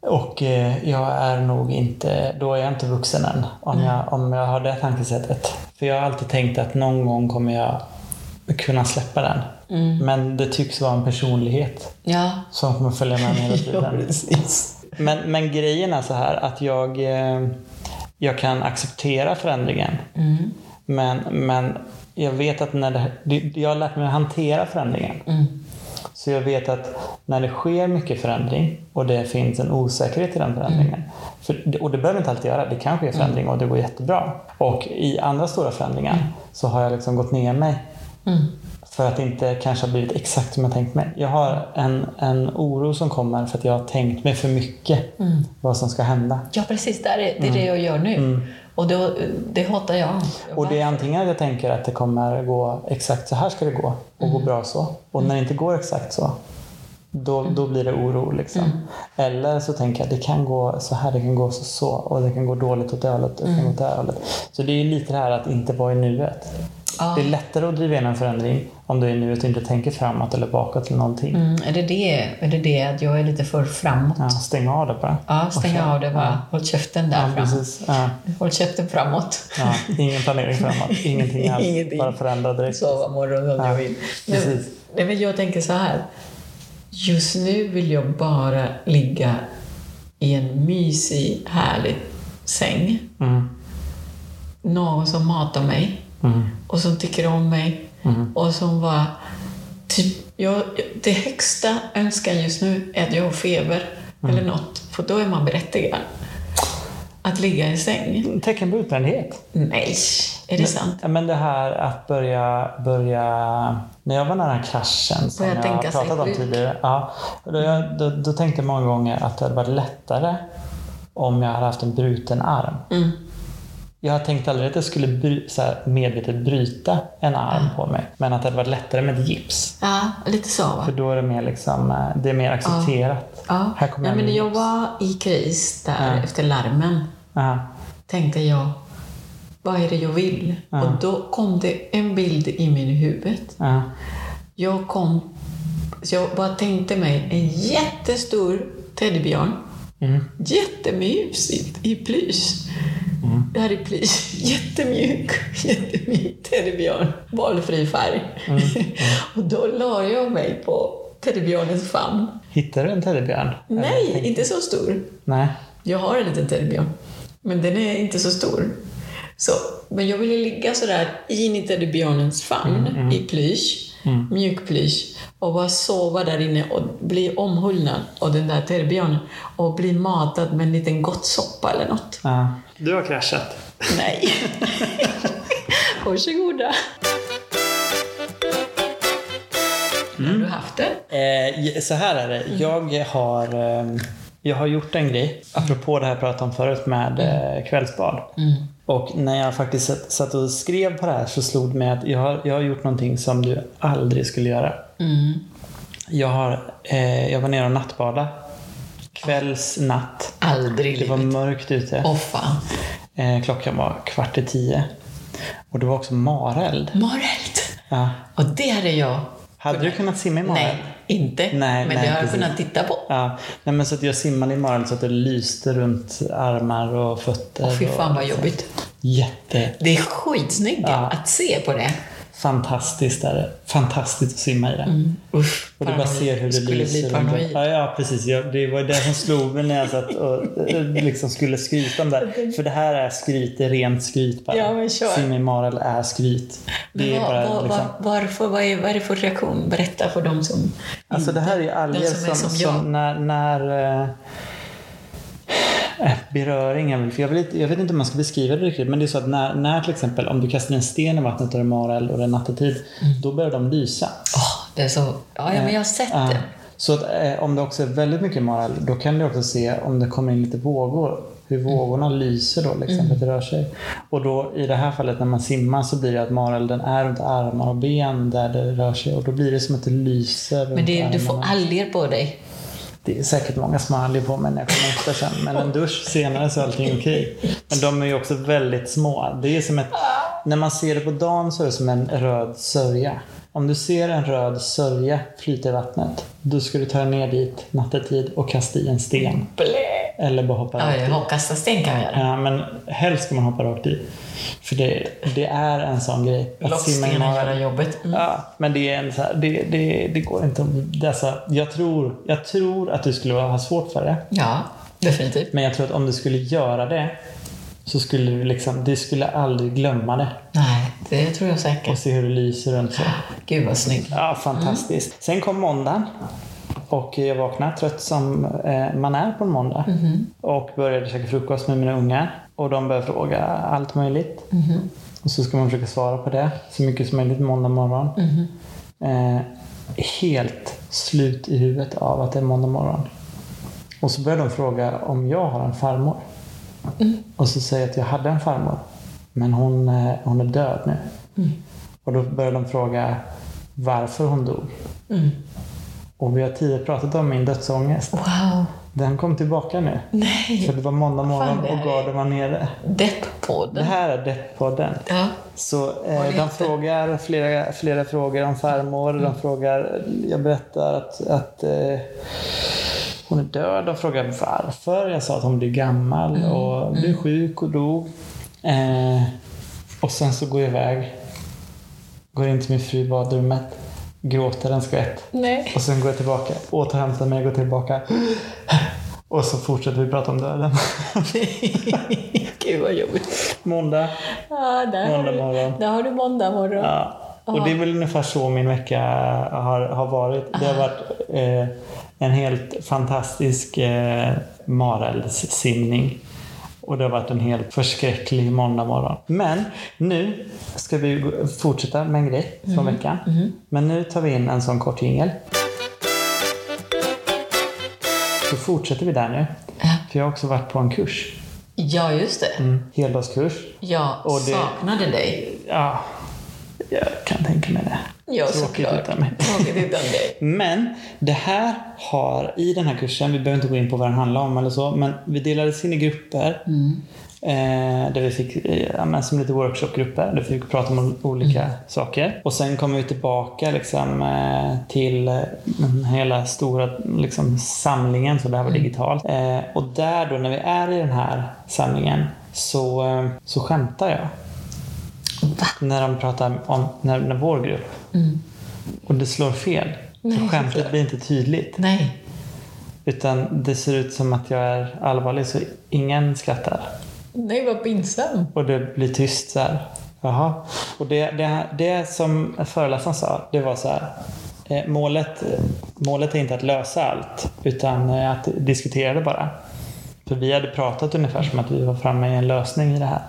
Speaker 1: Och eh, jag är nog inte, då är jag inte vuxen än. Om jag, om jag har det tankesättet. För jag har alltid tänkt att någon gång kommer jag kunna släppa den.
Speaker 2: Mm.
Speaker 1: Men det tycks vara en personlighet
Speaker 2: ja.
Speaker 1: som kommer följa med mig hela
Speaker 2: [laughs] ja
Speaker 1: tiden.
Speaker 2: precis.
Speaker 1: men, men grejen är så här att jag, eh, jag kan acceptera förändringen.
Speaker 2: Mm.
Speaker 1: Men, men jag vet att när det, det- jag har lärt mig att hantera förändringen. Så jag vet att när det sker mycket förändring och det finns en osäkerhet i den förändringen. För, och det behöver inte alltid göra. Det kan ske förändring och det går jättebra. Och i andra stora förändringar så har jag liksom gått ner mig.
Speaker 2: Mm.
Speaker 1: För att det inte kanske har blivit exakt som jag tänkt mig. Jag har en, en oro som kommer för att jag har tänkt mig för mycket
Speaker 2: Mm.
Speaker 1: vad som ska hända.
Speaker 2: Ja, precis. Där är, det är
Speaker 1: Mm.
Speaker 2: det jag gör nu. Och då, det hatar jag. jag
Speaker 1: Och det är antingen att jag tänker att det kommer gå exakt så här ska det gå och
Speaker 2: Mm.
Speaker 1: gå bra så. Och när det inte går exakt så, då,
Speaker 2: Mm.
Speaker 1: då blir det oro. Liksom. Eller så tänker jag att det kan gå så här, det kan gå så så och det kan gå dåligt åt det hållet
Speaker 2: Mm.
Speaker 1: och det kan gå åt det här hållet. Så det är ju lite det här att inte vara i nuet.
Speaker 2: Ja.
Speaker 1: Det är lättare att driva igenom förändring om du är i nuet och inte tänker framåt eller bakåt eller någonting.
Speaker 2: Mm, är, det det, är det det att jag är lite för framåt?
Speaker 1: Ja,
Speaker 2: Ja,
Speaker 1: stäng av det bara.
Speaker 2: stäng av det bara. Håll käften där
Speaker 1: Ja,
Speaker 2: fram.
Speaker 1: precis. Ja,
Speaker 2: Håll käften framåt.
Speaker 1: ja. Ingen planering
Speaker 2: [laughs]
Speaker 1: framåt, ingenting alls.
Speaker 2: Ingenting.
Speaker 1: Bara förändra direkt.
Speaker 2: sova morgon om
Speaker 1: Ja,
Speaker 2: jag vill. Nej,
Speaker 1: precis.
Speaker 2: nej, men jag tänker så här. Just nu vill jag bara ligga i en mysig, härlig säng.
Speaker 1: Mm.
Speaker 2: Någon som matar mig
Speaker 1: Mm.
Speaker 2: och som tycker om mig. Och som bara... Typ, jag, det högsta önskan just nu är att jag har feber
Speaker 1: Mm.
Speaker 2: eller något, för då är man berättigad. Att ligga i en säng?
Speaker 1: Tecken på utbrändhet.
Speaker 2: Nej, är det sant?
Speaker 1: Ja, Men det här att börja, börja... När jag var nära kraschen som
Speaker 2: Börja
Speaker 1: jag
Speaker 2: tänka
Speaker 1: har
Speaker 2: sig
Speaker 1: pratat om
Speaker 2: sjuk.
Speaker 1: tidigare. Ja, då, jag, då, då tänkte jag många gånger att det hade varit lättare om jag hade haft en bruten arm.
Speaker 2: Mm.
Speaker 1: Jag har tänkt aldrig att jag skulle bry, så här, medvetet bryta en arm på mig. Men att det hade varit lättare med ett gips.
Speaker 2: Ja, lite så va?
Speaker 1: För då är det mer, liksom, eh, det är mer accepterat.
Speaker 2: Ja.
Speaker 1: Här kommer
Speaker 2: Nej,
Speaker 1: jag
Speaker 2: men
Speaker 1: med
Speaker 2: jag
Speaker 1: gips.
Speaker 2: var i kris där efter larmen.
Speaker 1: Ja.
Speaker 2: Tänkte jag, vad är det jag vill? Och då kom det en bild i min huvud.
Speaker 1: Ja.
Speaker 2: Jag kom, så jag bara tänkte mig en jättestor teddybjörn.
Speaker 1: Mm.
Speaker 2: Jättemysigt i plys. [laughs] Det här är plysch. Jättemjuk, jättemjuk teddybjörn. Valfri färg. [laughs] och då la jag mig på teddybjörnens famn.
Speaker 1: Hittar du en teddybjörn? Eller
Speaker 2: Nej,
Speaker 1: tänk-
Speaker 2: inte så stor.
Speaker 1: Nej.
Speaker 2: Jag har en liten teddybjörn, men den är inte så stor. Så, men jag ville ligga sådär in i teddybjörnens famn i plysch, mjuk plysch och bara sova där inne och bli omhullnad av den där teddybjörnen och bli matad med en liten gott soppa
Speaker 1: [laughs]
Speaker 2: eller något.
Speaker 1: Ja. Du har kraschat.
Speaker 2: Nej. [laughs] Varsågoda. Har du haft det?
Speaker 1: Eh, så här är
Speaker 2: Mm.
Speaker 1: det. Jag har, eh, jag har gjort en grej, apropå det här jag pratade om förut med
Speaker 2: Mm.
Speaker 1: eh, kvällsbad. Och när jag faktiskt satt- satt och skrev på det här så slog det mig att jag har, jag har gjort någonting som du aldrig skulle göra.
Speaker 2: Mm.
Speaker 1: Jag, har, eh, jag var nere och nattbada. Kvälls, natt.
Speaker 2: Aldrig i
Speaker 1: Det var
Speaker 2: livet.
Speaker 1: mörkt ute.
Speaker 2: Åh fan.
Speaker 1: Eh, klockan var kvart i tio. Och det var också mareld.
Speaker 2: Mareld.
Speaker 1: Ja.
Speaker 2: Och det hade jag.
Speaker 1: Hade du kunnat simma i mareld?
Speaker 2: Nej, inte.
Speaker 1: Nej, nej,
Speaker 2: men det har jag
Speaker 1: precis.
Speaker 2: kunnat titta på.
Speaker 1: Ja, nej men så att jag simmade i mareld så att det lyste runt armar och fötter.
Speaker 2: Åh, fy fan vad
Speaker 1: och-
Speaker 2: jobbigt.
Speaker 1: Jätte,
Speaker 2: Det är skitsnyggt
Speaker 1: Ja.
Speaker 2: att se på det.
Speaker 1: fantastiskt är det. Fantastiskt att simma i det.
Speaker 2: Usch,
Speaker 1: Och du bara
Speaker 2: paranoid.
Speaker 1: ser hur det
Speaker 2: Mm. Skulle
Speaker 1: lyser.
Speaker 2: bli
Speaker 1: runt om.
Speaker 2: paranoid.
Speaker 1: ja, ja, precis. Jag, det var det som slog mig när jag satt och eh, liksom skulle skryta om det
Speaker 2: [laughs]
Speaker 1: här. För det här är skryt, det är rent skryt bara.
Speaker 2: Ja, men kör.
Speaker 1: Sim i Marel är skryt.
Speaker 2: Men
Speaker 1: Det är
Speaker 2: vad,
Speaker 1: bara
Speaker 2: vad,
Speaker 1: liksom...
Speaker 2: vad, varför, vad, är, vad är det för reaktion? Berätta för dem som...
Speaker 1: Alltså det här är ju alger
Speaker 2: Den som
Speaker 1: som,
Speaker 2: är
Speaker 1: som,
Speaker 2: som jag.
Speaker 1: när, när eh, eh, beröring är väl, för jag vet, inte- jag vet inte hur man ska beskriva det riktigt, men det är så att när, när till exempel om du kastar en sten i vattnet och det är mareld och det är nattetid, då börjar de lysa.
Speaker 2: Åh, det är så... Ja, ja, Mm. men jag har sett
Speaker 1: Ja.
Speaker 2: det.
Speaker 1: Så att, eh, om det också är väldigt mycket mareld, då kan du också se om det kommer in lite vågor, hur
Speaker 2: Mm.
Speaker 1: vågorna lyser då, liksom, att det rör sig. Och då i det här fallet när man simmar så blir det att marelden är runt armar och ben där det rör sig och då blir det som att det lyser
Speaker 2: Men
Speaker 1: runt
Speaker 2: det, du
Speaker 1: armarna.
Speaker 2: får alger på dig.
Speaker 1: Det är säkert många som har aldrig på mig när jag kommer efter sen. Men en dusch senare så är allting okej. Men de är ju också väldigt små. Det är som ett, när man ser det på dagen så är det som en röd sörja. Om du ser en röd sörja flyta i vattnet, då ska du ta dig ner dit nattetid och kasta i en sten.
Speaker 2: Blä!
Speaker 1: Eller bara hoppa
Speaker 2: Ja,
Speaker 1: rakt
Speaker 2: jag har kastat sten kan jag göra.
Speaker 1: Ja, men helst ska man hoppa rakt i. För det, det är en sån grej.
Speaker 2: Låt stenen göra jobbet. Mm.
Speaker 1: Ja, men det är en så här, det, det, det går inte att... Det är så här, jag, tror, jag tror att du skulle ha svårt för det.
Speaker 2: Ja, definitivt.
Speaker 1: Men jag tror att om du skulle göra det så skulle du liksom, du skulle aldrig glömma det
Speaker 2: Nej, det tror jag
Speaker 1: och
Speaker 2: säkert.
Speaker 1: se hur det lyser runt så.
Speaker 2: Gud vad snyggt.
Speaker 1: Ja, fantastiskt. Mm. Sen kom måndagen och jag vaknade trött som eh, man är på en måndag och började käka frukost med mina ungar och de började fråga allt möjligt. Och så ska man försöka svara på det så mycket som möjligt måndag morgon. Eh, helt slut i huvudet av att det är måndag morgon. Och så börjar de fråga om jag har en farmor. Och så säger jag att jag hade en farmor. Men hon, eh, hon är död nu. Och då börjar de fråga varför hon dog.
Speaker 2: Mm.
Speaker 1: Och vi har tidigare pratat om min dödsångest.
Speaker 2: Wow.
Speaker 1: Den kom tillbaka nu.
Speaker 2: Nej.
Speaker 1: För det var måndag morgon
Speaker 2: Fan, det här
Speaker 1: och garden var nere. Det
Speaker 2: Depp-podden.
Speaker 1: här är Depp-podden.
Speaker 2: Ja.
Speaker 1: Så
Speaker 2: Vad
Speaker 1: eh,
Speaker 2: heter-
Speaker 1: de frågar flera, flera frågor om farmor. De frågar, jag berättar att, att eh, hon är död. De frågar varför. Jag sa att hon blev gammal och blev sjuk och dog. Eh, och sen så går jag iväg. Går in till min fru i badrummet. Gråter en skvätt.
Speaker 2: Nej.
Speaker 1: Och sen går jag tillbaka. Återhämtar mig, går tillbaka. Och så fortsätter vi prata om döden.
Speaker 2: [laughs] Gud vad jobbigt.
Speaker 1: Måndag.
Speaker 2: Ja, där
Speaker 1: Måndag
Speaker 2: har
Speaker 1: morgon.
Speaker 2: du, där har du måndag morgon.
Speaker 1: Ja. Och det är väl ungefär så min vecka har, har varit. Det har varit eh, en helt fantastisk eh, Marelds-simning. Och det har varit en helt förskräcklig måndag morgon. Men nu ska vi gå- fortsätta med en grej från veckan. Men nu tar vi in en sån kort jingel. Så fortsätter vi där nu.
Speaker 2: Ja.
Speaker 1: För jag har också varit på en kurs.
Speaker 2: Ja, just det.
Speaker 1: Heldagskurs.
Speaker 2: Jag
Speaker 1: Mm. Och det-
Speaker 2: saknade dig.
Speaker 1: Ja, jag kan tänka mig det.
Speaker 2: Ja,
Speaker 1: Tråkigt
Speaker 2: såklart.
Speaker 1: utan mig.
Speaker 2: [laughs] Tråkigt utan dig.
Speaker 1: Men det här har, i den här kursen, vi behöver inte gå in på vad den handlar om eller så, men vi delades in i grupper. Eh, där vi fick, eh, ja, men som lite workshopgrupper, där vi fick prata om olika saker. Och sen kom vi tillbaka liksom, eh, till eh, den hela stora liksom, samlingen, så det här var digitalt. Eh, och där då, när vi är i den här samlingen, så, eh, så skämtar jag.
Speaker 2: Va?
Speaker 1: När de pratar om när, när vår grupp och det slår fel.
Speaker 2: Nej.
Speaker 1: Så skämtet blir inte tydligt.
Speaker 2: Nej.
Speaker 1: Utan det ser ut som att jag är allvarlig så ingen skrattar.
Speaker 2: Nej, vad pinsam.
Speaker 1: Och det blir tyst så här. Jaha. Och det, det, det som föreläsaren sa, det var så här. eh, Målet, målet är inte att lösa allt, utan eh, att diskutera det bara. För vi hade pratat ungefär som att vi var framme i en lösning i det här.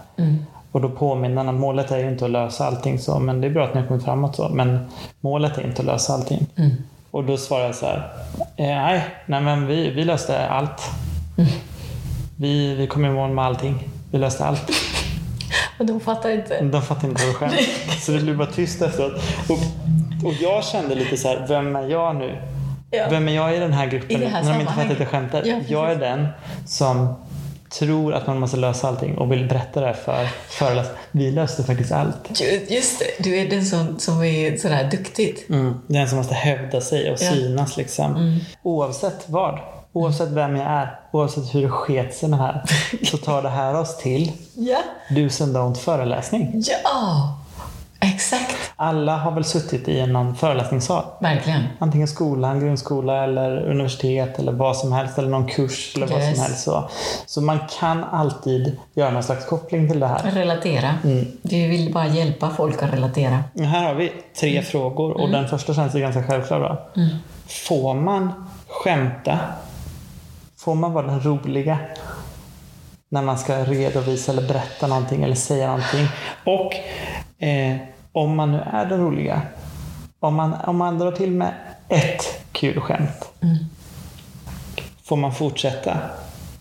Speaker 1: Och då påminner han om målet är ju inte att lösa allting så, men det är bra att ni har kommit framåt så. Men målet är inte att lösa allting. Och då svarade jag så här. eh, Nej, nej men vi, vi löste allt. Vi, vi kom i mål med allting. Vi löste allt.
Speaker 2: Och de fattar inte.
Speaker 1: De fattar inte vad det är skämt. Så det blev bara tyst efteråt. Och, och jag kände lite så här, vem är jag nu?
Speaker 2: Ja.
Speaker 1: Vem är jag i den här gruppen?
Speaker 2: I det här
Speaker 1: när de inte fattar
Speaker 2: sammanhanget.
Speaker 1: att jag skämtar.
Speaker 2: Ja, precis.
Speaker 1: jag är den som tror att man måste lösa allting och vill berätta det här för föreläsaren. Vi löste faktiskt allt.
Speaker 2: Ju- Just det, du är den som, som är sådär duktigt.
Speaker 1: Den som måste hävda sig och
Speaker 2: Ja. Mm.
Speaker 1: synas liksom. Oavsett vad. Oavsett vem jag är. Oavsett hur det sket sig med det här. Så tar det här oss till
Speaker 2: Ja.
Speaker 1: Dus and Don't föreläsning.
Speaker 2: Ja! Exakt.
Speaker 1: Alla har väl suttit i någon föreläsningssal.
Speaker 2: Verkligen.
Speaker 1: antingen skolan, grundskola eller universitet eller vad som helst eller någon kurs eller vad
Speaker 2: Yes.
Speaker 1: som helst. Så, så man kan alltid göra någon slags koppling till det här.
Speaker 2: Relatera.
Speaker 1: Mm.
Speaker 2: Du vill bara hjälpa folk att relatera.
Speaker 1: Här har vi tre
Speaker 2: Mm.
Speaker 1: frågor och den första känns ju ganska självklar. Då. Får man skämta? Får man vara den roliga? När man ska redovisa eller berätta någonting eller säga någonting. Och eh, om man nu är den roliga. Om man, om man drar till med ett kul skämt.
Speaker 2: Mm.
Speaker 1: Får man fortsätta?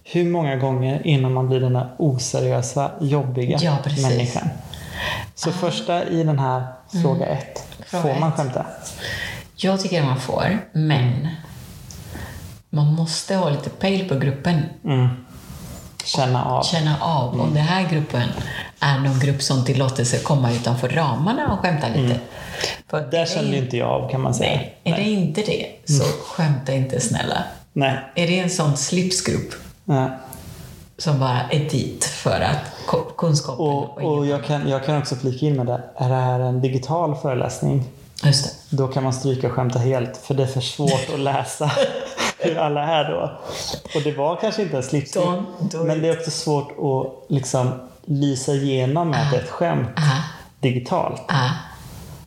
Speaker 1: Hur många gånger innan man blir den här oseriösa, jobbiga
Speaker 2: Ja, precis.
Speaker 1: människan? Så första i den här fråga ett.
Speaker 2: Ah. Mm. Fråga
Speaker 1: Får man
Speaker 2: ett.
Speaker 1: skämta?
Speaker 2: Jag tycker man får, men man måste ha lite pejl på gruppen.
Speaker 1: Mm. Känna av.
Speaker 2: Känna av om
Speaker 1: Mm.
Speaker 2: den här gruppen är någon grupp som tillåter sig komma utanför ramarna och skämta lite. För
Speaker 1: Mm. Där
Speaker 2: är
Speaker 1: känner Mm. ju inte jag av kan man säga.
Speaker 2: Nej, är det inte det, så skämta inte snälla.
Speaker 1: Nej.
Speaker 2: Är det en sån slipsgrupp
Speaker 1: Nej.
Speaker 2: som bara är dit för att ko- kunskapen
Speaker 1: Och, och
Speaker 2: ingen-
Speaker 1: jag, kan, jag kan också flika in med det. Är det här en digital föreläsning?
Speaker 2: Just det.
Speaker 1: Då kan man stryka och skämta helt för det är för svårt att
Speaker 2: [laughs]
Speaker 1: läsa hur alla är då. Och det var kanske inte en slipsgrupp.
Speaker 2: Don't do
Speaker 1: Men det är också svårt att liksom lysa igenom med att det är ett skämt
Speaker 2: Ah,
Speaker 1: digitalt.
Speaker 2: ah.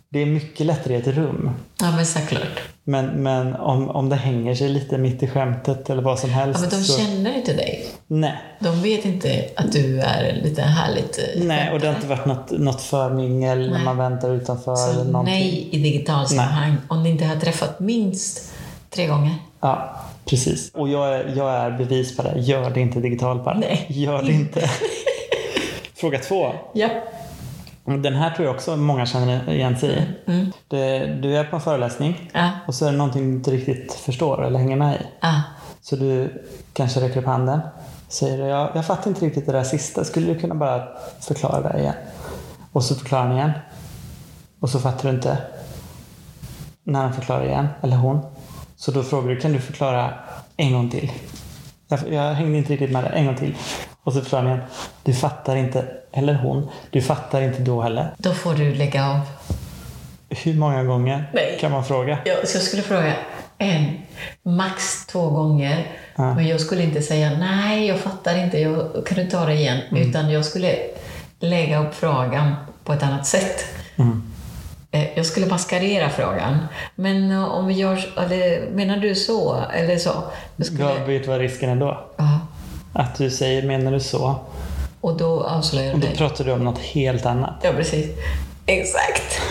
Speaker 1: Det är mycket lättare i ett rum.
Speaker 2: Ja, men såklart.
Speaker 1: Men, men om, om det hänger sig lite mitt i skämtet eller vad som
Speaker 2: Ja,
Speaker 1: helst.
Speaker 2: men de
Speaker 1: så,
Speaker 2: känner inte dig.
Speaker 1: nej.
Speaker 2: De vet inte att du är en liten härligt... eh,
Speaker 1: nej, och det har inte varit något, något förmingel när
Speaker 2: Nej.
Speaker 1: man väntar utanför.
Speaker 2: Så
Speaker 1: eller någonting.
Speaker 2: nej i digitalt sammanhang om ni inte har träffat minst tre gånger.
Speaker 1: Ja, precis. Och jag är, jag är bevis på det. Gör det inte digitalt bara.
Speaker 2: Nej.
Speaker 1: Gör det inte. [laughs] Fråga två.
Speaker 2: Ja.
Speaker 1: Den här tror jag också många känner igen sig i. Det, du är på en föreläsning
Speaker 2: Mm. Ja.
Speaker 1: och så är det någonting du inte riktigt förstår eller hänger med i.
Speaker 2: Ah.
Speaker 1: Så du kanske räcker upp handen. Säger jag, jag fattar inte riktigt det där sista. Skulle du kunna bara förklara det igen? Och så förklarar han igen. Och så fattar du inte. När han förklarar igen, eller hon. Så då frågar du, kan du förklara en gång till? Jag, jag hängde inte riktigt med det. En gång till. Och så förklarar han igen. Du fattar inte, eller hon. Du fattar inte då heller.
Speaker 2: Då får du lägga av.
Speaker 1: Hur många gånger
Speaker 2: Nej.
Speaker 1: kan man fråga?
Speaker 2: Ja, så jag skulle fråga en, max två gånger.
Speaker 1: Ja.
Speaker 2: Men jag skulle inte säga nej, jag fattar inte, jag kan du ta det igen?
Speaker 1: Mm.
Speaker 2: Utan jag skulle lägga upp frågan på ett annat sätt.
Speaker 1: Mm.
Speaker 2: Eh, Jag skulle maskerera frågan. Men eh, om vi gör, eller menar du så? Eller så? Jag skulle,
Speaker 1: Vad vet du vad risken är då?
Speaker 2: ja.
Speaker 1: Att du säger, menar du så?
Speaker 2: Och då avslöjar du
Speaker 1: Och då
Speaker 2: dig.
Speaker 1: pratar du om något helt annat.
Speaker 2: Ja, precis.
Speaker 1: [laughs]
Speaker 2: Exakt.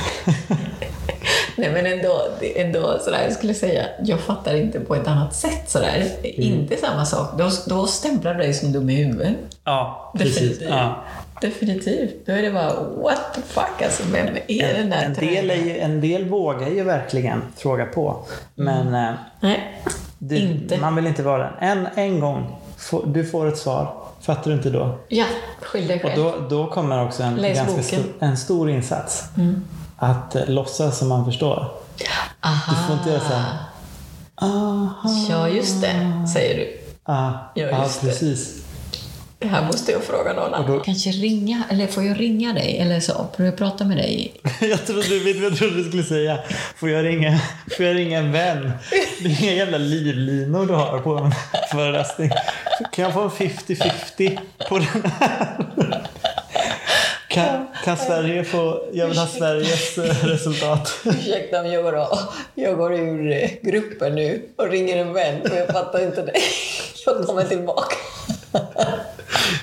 Speaker 2: Nej, men ändå, ändå sådär, jag skulle säga, jag fattar inte på ett annat sätt. Sådär.
Speaker 1: Mm.
Speaker 2: Inte samma sak. Då, då stämplar du dig som dum i huvudet.
Speaker 1: Ja, precis.
Speaker 2: Definitivt.
Speaker 1: Ja.
Speaker 2: Definitivt. Då är det bara, what the fuck, alltså, vem är den där
Speaker 1: En, del är
Speaker 2: tränaren?
Speaker 1: ju, en del vågar ju verkligen fråga på. Men eh,
Speaker 2: Nej.
Speaker 1: du,
Speaker 2: Mm. Inte.
Speaker 1: man vill inte vara den. En, en gång, få, du får ett svar. Fattar du inte då?
Speaker 2: Ja, skyll dig
Speaker 1: Och
Speaker 2: själv.
Speaker 1: då, då kommer också en,
Speaker 2: Läs
Speaker 1: ganska
Speaker 2: boken. Mm.
Speaker 1: stor, en stor insats. Att eh, låtsas som man förstår.
Speaker 2: Aha.
Speaker 1: Du får inte göra så här. Ah,
Speaker 2: Ja, just det, säger du.
Speaker 1: ah,
Speaker 2: Ja,
Speaker 1: ah,
Speaker 2: just det.
Speaker 1: precis.
Speaker 2: Det här måste jag fråga någon annan.
Speaker 3: Kanske ringa, eller får jag ringa dig? Eller så, får jag prata med dig?
Speaker 1: [laughs] Jag trodde du vet vad jag trodde du skulle säga. Får jag ringa, får jag ringa en vän? Det är inga jävla livlinor du har på en föreläsning. Kan jag få en 50-50 på den här? Kan, kan Sverige få, jag vill ha Sveriges eh, resultat.
Speaker 2: Ursäkta om jag går, av. jag går ur eh, gruppen nu och ringer en vän för jag fattar inte dig. [laughs] Jag kommer tillbaka.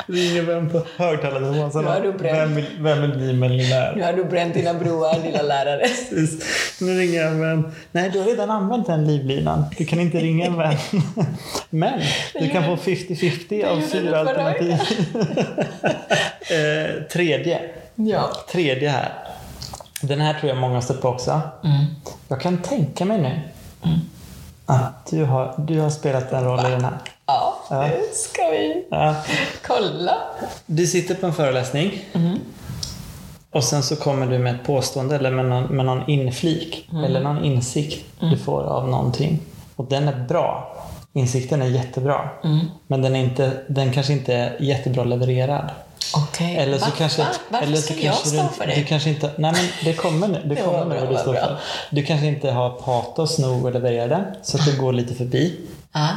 Speaker 1: Ringer vem på
Speaker 2: Ja, du
Speaker 1: högtalartelefonen?
Speaker 2: är bränd.
Speaker 1: Vem vill, vem vill bli miljonär?
Speaker 2: Nu har du bränt dina broar, lilla lärare.
Speaker 1: Precis. Nu ringer jag en vän. Nej, du har redan använt den livlinan. Du kan inte ringa en [laughs] vän. Men du kan få 50-50 av
Speaker 2: gjorde du
Speaker 1: fyra
Speaker 2: förra
Speaker 1: alternativ. [laughs] eh, tredje.
Speaker 2: Ja.
Speaker 1: Tredje här. Den här tror jag många har stött på också.
Speaker 2: Mm.
Speaker 1: Jag kan tänka mig nu att du har, du har spelat en roll i den här.
Speaker 2: Ja, nu ska vi
Speaker 1: Ja.
Speaker 2: kolla.
Speaker 1: Du sitter på en föreläsning.
Speaker 2: Mm-hmm.
Speaker 1: Och sen så kommer du med ett påstående eller med någon, med någon inflik.
Speaker 2: Mm-hmm.
Speaker 1: Eller någon insikt
Speaker 2: Mm.
Speaker 1: du får av någonting. Och den är bra. Insikten är jättebra.
Speaker 2: Mm.
Speaker 1: Men den, är inte, den kanske inte är jättebra levererad.
Speaker 2: Okej.
Speaker 1: Eller så
Speaker 2: Va?
Speaker 1: kanske,
Speaker 2: Va? Varför
Speaker 1: eller så
Speaker 2: ska jag
Speaker 1: kanske
Speaker 2: stå
Speaker 1: du,
Speaker 2: för
Speaker 1: Du
Speaker 2: det?
Speaker 1: kanske inte, nej men det kommer nu. Det
Speaker 2: var
Speaker 1: kommer nu
Speaker 2: bra,
Speaker 1: vad du
Speaker 2: vad
Speaker 1: står
Speaker 2: bra.
Speaker 1: för. Du kanske inte har patos nog att leverera den. Så att du går lite förbi.
Speaker 2: Ja,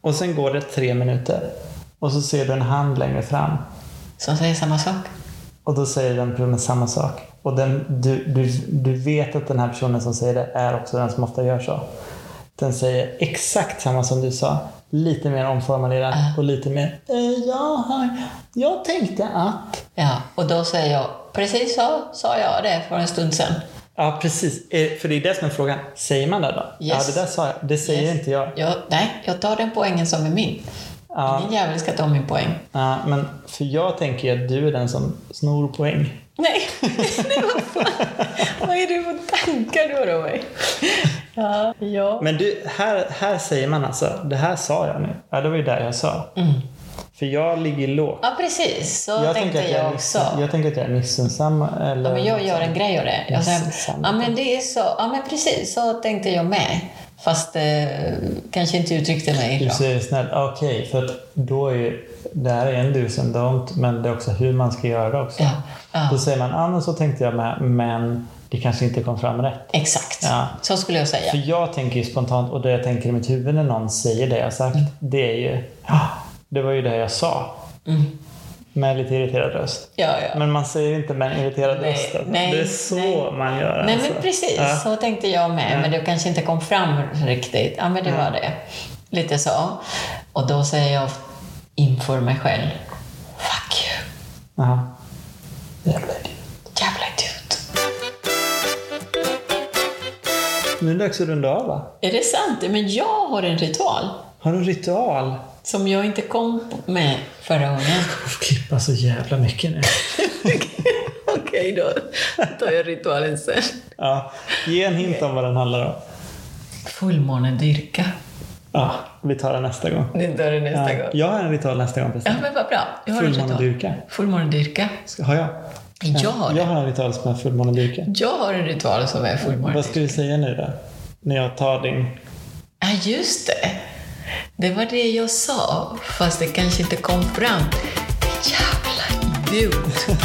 Speaker 1: Och sen går det tre minuter. Och så ser du en hand längre fram.
Speaker 2: som säger samma sak.
Speaker 1: Och då säger den personen samma sak. Och den, du, du, du vet att den här personen som säger det är också den som ofta gör så. Den säger exakt samma som du sa. Lite mer omformulerad
Speaker 2: Ah.
Speaker 1: och lite mer eh, ja, hej. jag tänkte att.
Speaker 2: Ja, och då säger jag precis så sa jag det för en stund sedan.
Speaker 1: Ja, precis. Eh, För det är det som är frågan. Säger man det då?
Speaker 2: Yes.
Speaker 1: Ja, det där sa jag. Det säger
Speaker 2: Yes.
Speaker 1: inte jag.
Speaker 2: Jag, nej, jag tar den poängen som är min.
Speaker 1: Ja.
Speaker 2: Ingen jävel ska ta min poäng.
Speaker 1: Ja, men för jag tänker ju att du är den som snor poäng.
Speaker 2: Nej, [laughs] nej vad fan. Vad är det för tankar du har om mig? Ja, ja.
Speaker 1: Men du, här, här säger man alltså, det här sa jag nu. Ja, det var ju där jag sa.
Speaker 2: Mm.
Speaker 1: För jag ligger lågt.
Speaker 2: ja precis. Så
Speaker 1: jag
Speaker 2: tänkte
Speaker 1: tänker att
Speaker 2: jag,
Speaker 1: jag, är
Speaker 2: också.
Speaker 1: missunn- jag tänker att jag är missunnsam. Eller
Speaker 2: Ja, men jag gör en grej av det. Jag
Speaker 1: Precis,
Speaker 2: säger, ja, men det är så. Ja, men precis. Så tänkte jag med. Fast eh, kanske inte uttryckte mig
Speaker 1: Du
Speaker 2: bra.
Speaker 1: säger snäll, okej, för att då är ju, det här är en dus and don't, men det är också hur man ska göra också.
Speaker 2: Ja, ja.
Speaker 1: Då säger man, ja men så tänkte jag med, men det kanske inte kom fram rätt.
Speaker 2: Exakt.
Speaker 1: Ja.
Speaker 2: Så skulle jag säga.
Speaker 1: För jag tänker ju spontant, och det jag tänker i mitt huvud när någon säger det jag sagt,
Speaker 2: Mm.
Speaker 1: det är ju, ja, det var ju det jag sa.
Speaker 2: Mm.
Speaker 1: Med lite irriterad röst.
Speaker 2: Ja, ja.
Speaker 1: Men man säger inte med en irriterad
Speaker 2: Nej,
Speaker 1: röst. alltså.
Speaker 2: nej,
Speaker 1: det är så
Speaker 2: nej.
Speaker 1: man gör
Speaker 2: Nej,
Speaker 1: alltså.
Speaker 2: men precis.
Speaker 1: Ja.
Speaker 2: Så tänkte jag med. Men det kanske inte kom fram riktigt. Ja, men det var det. Lite så. Och då säger jag inför mig själv. Fuck you.
Speaker 1: Ja. Jävla idiot.
Speaker 2: Jävla idiot.
Speaker 1: Nu är det dags att runda av va?
Speaker 2: Är det sant? Men jag har en ritual
Speaker 1: Har du en ritual?
Speaker 2: som jag inte kom med förra gången.
Speaker 1: Jag får klippa så jävla mycket nu.
Speaker 2: [laughs] Okej då. tar jag ritualen sen.
Speaker 1: Ja, ge en hint om vad den handlar om.
Speaker 2: Fullmånedyrka.
Speaker 1: Ja, vi tar den nästa gång.
Speaker 2: Det tar du nästa
Speaker 1: Ja,
Speaker 2: gång.
Speaker 1: jag har en ritual nästa gång
Speaker 2: Ja,
Speaker 1: förresten.
Speaker 2: men vad bra. Jag har en ritual.
Speaker 1: Fullmånedyrka.
Speaker 2: Fullmånedyrka.
Speaker 1: Ska- Har jag?
Speaker 2: Jag har
Speaker 1: Jag
Speaker 2: det.
Speaker 1: har en ritual som är fullmånedyrka.
Speaker 2: Jag har en ritual som är fullmånedyrka.
Speaker 1: Vad ska du säga nu då? När jag tar din...
Speaker 2: Ja, just det. Det var det jag sa, fast det kanske inte kom fram. Jävla idiot.